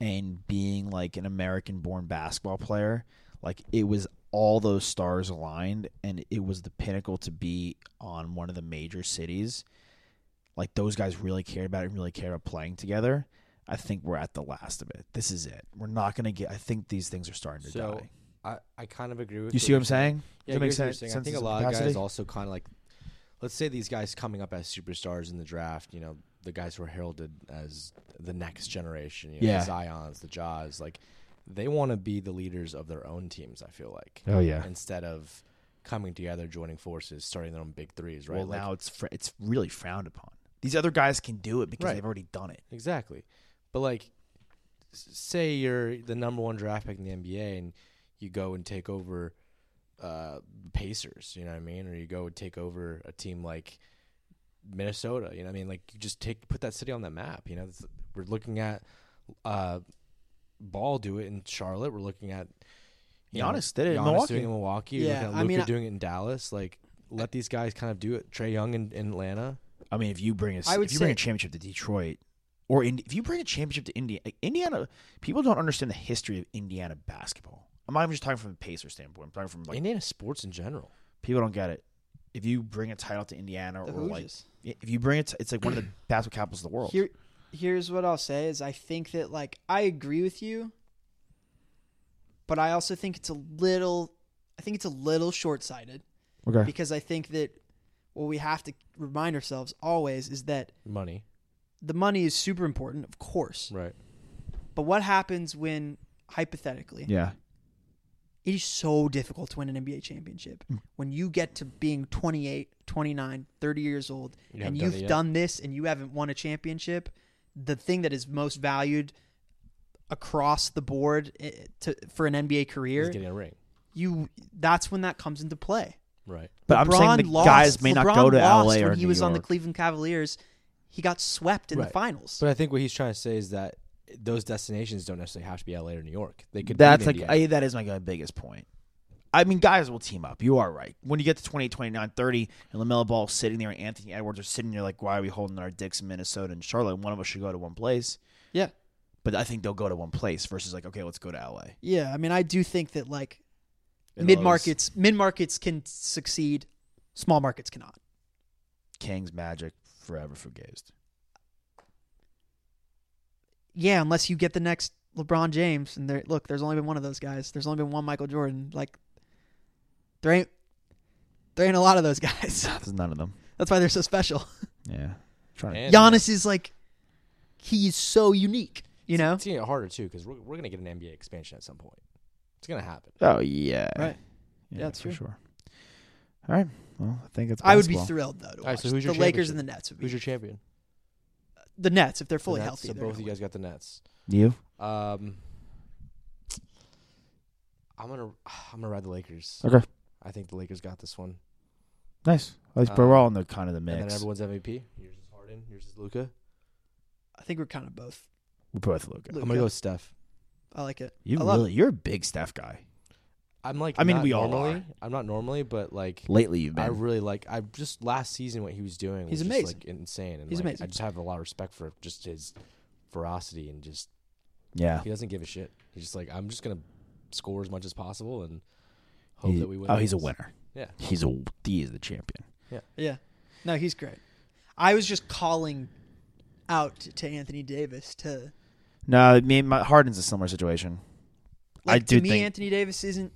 S4: and being like an American born basketball player, like it was all those stars aligned and it was the pinnacle to be on one of the major cities. Like those guys really cared about it and really cared about playing together. I think we're at the last of it. This is it. We're not going to get, I think these things are starting to
S3: So
S4: die.
S3: I, I kind of agree with
S4: You see what I'm saying?
S3: Yeah,
S4: Does that make
S3: here's what you're
S4: sense-
S3: saying. I
S4: sense
S3: think a
S4: in
S3: lot of guys
S4: capacity?
S3: also kind of like, let's say these guys coming up as superstars in the draft. You know, the guys who are heralded as the next generation. You know,
S4: Yeah.
S3: the Zion's, the Jaws, like they want to be the leaders of their own teams. I feel like
S4: Oh yeah.
S3: instead of coming together, joining forces, starting their own big threes. Right
S4: Well,
S3: Like,
S4: now it's fr- it's really frowned upon. These other guys can do it because
S3: Right.
S4: they've already done it.
S3: Exactly. But like, s- say you're the number one draft pick in the NBA and you go and take over uh, Pacers, you know what I mean? Or you go and take over a team like Minnesota, you know what I mean? Like, you just take put that city on that map. You know, It's- we're looking at uh, Ball do it in Charlotte. Wewe're looking at you know,
S4: Giannis did it in
S3: Giannis
S4: Milwaukee.
S3: doing it in Milwaukee.
S5: Yeah,
S3: You're looking
S5: I
S3: at
S5: mean,
S3: Luka
S5: I-
S3: doing it in Dallas. Like, let these guys kind of do it. Trey Young in, in Atlanta.
S4: I mean, if you bring a,
S5: I would
S4: if you bring
S5: say-
S4: a championship to Detroit, or Ind if you bring a championship to Indiana, Indiana people don't understand the history of Indiana basketball. I'm not even just talking from a Pacer standpoint. I'm talking from like
S3: Indiana sports in general.
S4: people don't get it. If you bring a title to Indiana,
S5: The
S4: or like
S5: Hoosiers.
S4: if you bring it, to, it's like one of the <clears throat> basketball capitals of the world.
S5: Here, here's what I'll say is I think that like I agree with you, but I also think it's a little, I think it's a little short sighted
S4: okay,
S5: because I think that what we have to remind ourselves always is that
S3: Money.
S5: the money is super important, of course.
S3: Right.
S5: But what happens when hypothetically
S4: yeah,
S5: it is so difficult to win an NBA championship
S4: Mm.
S5: when you get to being 28, 29, 30 years old
S3: You
S5: and
S3: haven't done
S5: you've
S3: it
S5: done,
S3: yet.
S5: this and you haven't won a championship, the thing that is most valued across the board eh, to, for an NBA
S3: He's
S5: career,
S3: getting a ring.
S5: you that's when that comes into play.
S3: Right.
S4: but I'm saying the
S5: lost-
S4: guys may not
S5: LeBron
S4: go to
S5: lost
S4: LA or
S5: when he
S4: New
S5: was
S4: York.
S5: on the Cleveland Cavaliers, he got swept in the
S3: Right.
S5: finals.
S3: But I think what he's trying to say is that those destinations don't necessarily have to be LA or New York. They could.
S4: That's
S3: be in
S4: like
S3: Indiana.
S4: I, that is my guy- biggest point. I mean, guys will team up. You are right. When you get to 28, 29, 30, and LaMelo Ball is sitting there and Anthony Edwards are sitting there like, why are we holding our dicks in Minnesota and Charlotte? One of us should go to one place.
S5: yeah.
S4: But I think they'll go to one place versus like, okay, let's go to LA.
S5: Yeah, I mean, I do think that like
S4: It
S5: mid markets, mid markets can succeed, small markets cannot.
S4: Kings, Magic, forever fugazzed.
S5: Yeah, unless you get the next LeBron James, and there, look, there's only been one of those guys. There's only been one Michael Jordan. Like, there ain't, there ain't a lot of those <laughs> guys.
S4: There's none of them.
S5: That's why they're so special.
S4: Yeah. Trying to,
S3: And
S5: Giannis is like, he is so unique. You know,
S3: it's gonna get harder too because we're, we're gonna get an NBA expansion at some point. It's gonna happen.
S4: oh, yeah.
S5: Right.
S4: Yeah,
S5: Yeah, it's
S4: for
S5: true.
S4: sure. All right. Well, I think it's
S5: I would be
S4: basketball.
S5: thrilled though. To watch.
S3: All right, so who's your
S5: the Lakers and the
S3: championship?
S5: Nets would be
S3: Who's your champion?
S5: the Nets if they're fully
S3: The Nets,
S5: healthy.
S3: So
S5: they're
S3: both of
S5: gonna
S3: you guys got the Nets.
S4: You?
S3: Um, I'm gonna I'm gonna ride the Lakers.
S4: Okay.
S3: I think the Lakers got this one.
S4: Nice. At least
S3: Uh,
S4: we're all in the kind of the
S3: And then
S4: mix.
S3: everyone's MVP. Yours is Harden. Yours is Luca.
S5: win. I think we're kind of both.
S4: We're both looking.
S3: I'm
S5: Luka.
S3: gonna go with Steph.
S5: I like it.
S4: You
S5: I love
S4: really, you're a big Steph guy.
S3: I'm like
S4: I mean,
S3: not
S4: we all
S3: normally.
S4: are.
S3: I'm not normally, but like
S4: Lately, you've
S3: I really like. I just last season what he was doing.
S5: He's
S3: was
S5: amazing.
S3: Just, like, insane. And
S5: He's
S3: like,
S5: amazing.
S3: I just have a lot of respect for just his ferocity and just
S4: Yeah.
S3: he doesn't give a shit. He's just like, I'm just gonna score as much as possible and hope
S4: He-
S3: that we win.
S4: oh, he's a
S3: this."
S4: winner.
S3: Yeah.
S4: He's a he is the champion.
S5: Yeah. No, he's great. I was just calling out to Anthony Davis to
S4: No, me and my Harden's a similar situation.
S5: like,
S4: I do
S5: to me
S4: think
S5: Anthony Davis isn't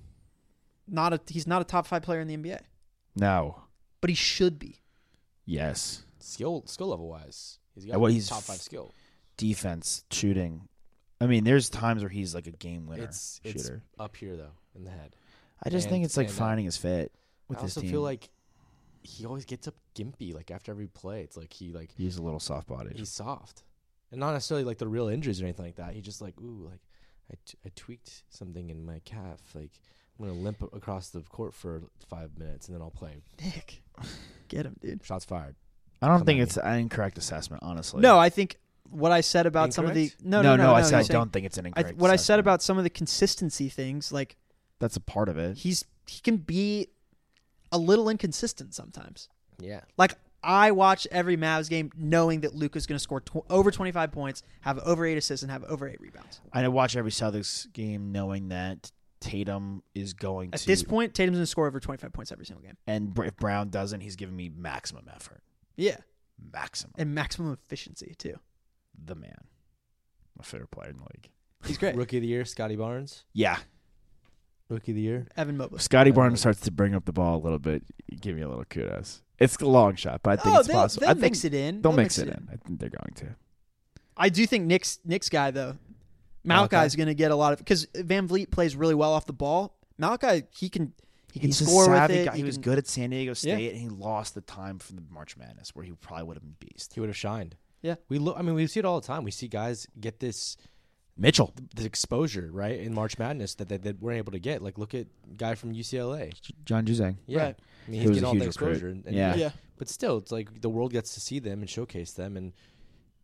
S5: not a he's not a top 5 player in the NBA,
S4: no.
S5: but he should be.
S4: Yes.
S3: Skill skill level wise, he's got
S4: Yeah, Uh, well, he's
S3: top
S4: f-
S3: five skill.
S4: Defense, shooting. I mean, there's times where he's like a game winner
S3: It's
S4: shooter.
S3: it's up here though in the head.
S4: I just
S3: and-
S4: think it's like
S3: and, uh,
S4: finding his fit with
S3: I
S4: his
S3: also
S4: team.
S3: feel like he always gets up gimpy like after every play. It's like he like
S4: he's a little soft bodied.
S3: he's soft, and not necessarily like the real injuries or anything like that. He just like ooh like I, t- I tweaked something in my calf. Like I'm gonna limp a- across the court for five minutes and then I'll play.
S5: Nick. Get him, dude.
S3: Shots fired.
S4: I don't
S3: come
S4: think
S3: at
S4: it's an incorrect assessment, honestly.
S5: No, I think what I said about some of the
S3: Incorrect?
S5: no no no,
S4: I, said I
S5: he's saying-
S4: don't think it's an
S5: I,
S4: incorrect.
S5: th- what I said
S4: assessment.
S5: about some of the consistency things, like
S4: that's a part of it.
S5: he's he can be a little inconsistent sometimes.
S3: Yeah.
S5: Like I watch every Mavs game knowing that Luca's going to score tw- over 25 points, have over 8 assists and have over 8 rebounds.
S4: I watch every Celtics game knowing that Tatum is going
S5: At
S4: to
S5: this point, Tatum's going to score over 25 points every single game.
S4: and Br- if Brown doesn't, he's giving me maximum effort.
S5: Yeah,
S4: Maximum.
S5: and maximum efficiency too.
S4: the man. My favorite player in the league. <laughs>
S5: He's great.
S3: Rookie of the year, Scotty Barnes.
S4: Yeah. Uh,
S3: Rookie of the year.
S5: Evan Mobley.
S4: Scotty Barnes starts to bring up the ball a little bit. Give me a little kudos. It's a long shot, but I think
S5: oh,
S4: it's
S5: they'll,
S4: possible.
S5: they'll
S4: I think
S5: mix it in.
S4: They'll
S5: They'll
S4: mix it in. I think they're going to.
S5: I do think Nick's Nick's guy though,
S3: Malachi?
S5: Malachi's going to get a lot of because Van Vliet plays really well off the ball. Malachi, he can he can
S4: He's
S5: score
S4: a savvy
S5: with it.
S4: guy. He, was
S5: can-
S4: good at San Diego State, and he lost the time from the March Madness, where he probably would have been beast.
S3: He would have shined.
S5: Yeah.
S3: We look. I mean, we see it all the time. We see guys get this
S4: Mitchell,
S3: this exposure right in March Madness that they that weren't able to get. Like, look at guy from UCLA.
S4: John Juzang.
S3: Yeah.
S5: Right.
S3: I mean,
S4: He
S3: he's
S4: was
S3: getting
S4: a
S3: all the
S4: huge recruit.
S3: exposure. And, and-
S4: Yeah.
S5: Yeah.
S3: But still, it's like the world gets to see them and showcase them and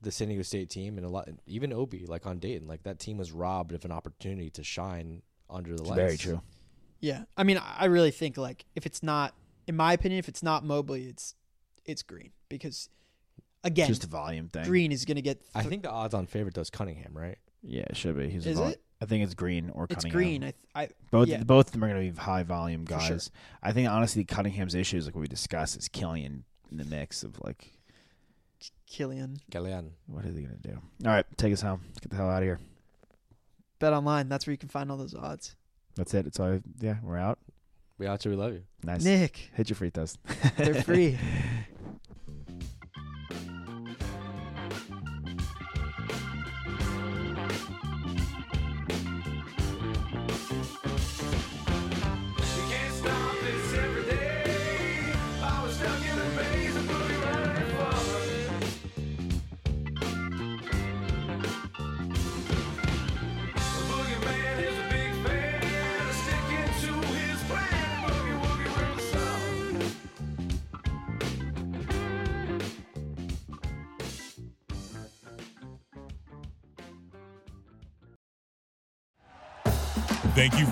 S3: the San Diego State team and a lot, even Obi, like on Dayton, like that team was robbed of an opportunity to shine under the lights.
S4: Very true.
S5: Yeah, I mean, I I really think like if it's not, in my opinion, if it's not Mobley, it's it's Green because again,
S4: Just a volume thing.
S5: Green is going to get.
S3: I
S5: th-
S3: think the odds on favorite does Cunningham, right?
S4: Yeah, it should be. He's
S5: Is
S4: a vol-
S5: it?
S4: I think it's Green or
S5: it's
S4: Cunningham.
S5: Green. I, th- I
S4: Both
S5: yeah.
S4: both of them are going to be high volume
S5: For
S4: guys.
S5: sure.
S4: I think honestly, Cunningham's issues, like what we discussed, is killing in the mix of like,
S5: Killian.
S3: Galean.
S4: what are they going to do? All right, take us home. Let's get the hell out of here.
S5: Bet online. That's where you can find all those odds.
S4: That's it. It's all. Yeah, we're out.
S3: We out to we love you.
S4: Nice.
S5: Nick,
S4: Hit your free throws. <laughs>
S5: they're free.
S6: You can't stop this every day. I was stuck in a maze of moving around and falling. The boogeyman is a big fan. Sticking to his plan. Boogie woogie real sound.
S1: Thank you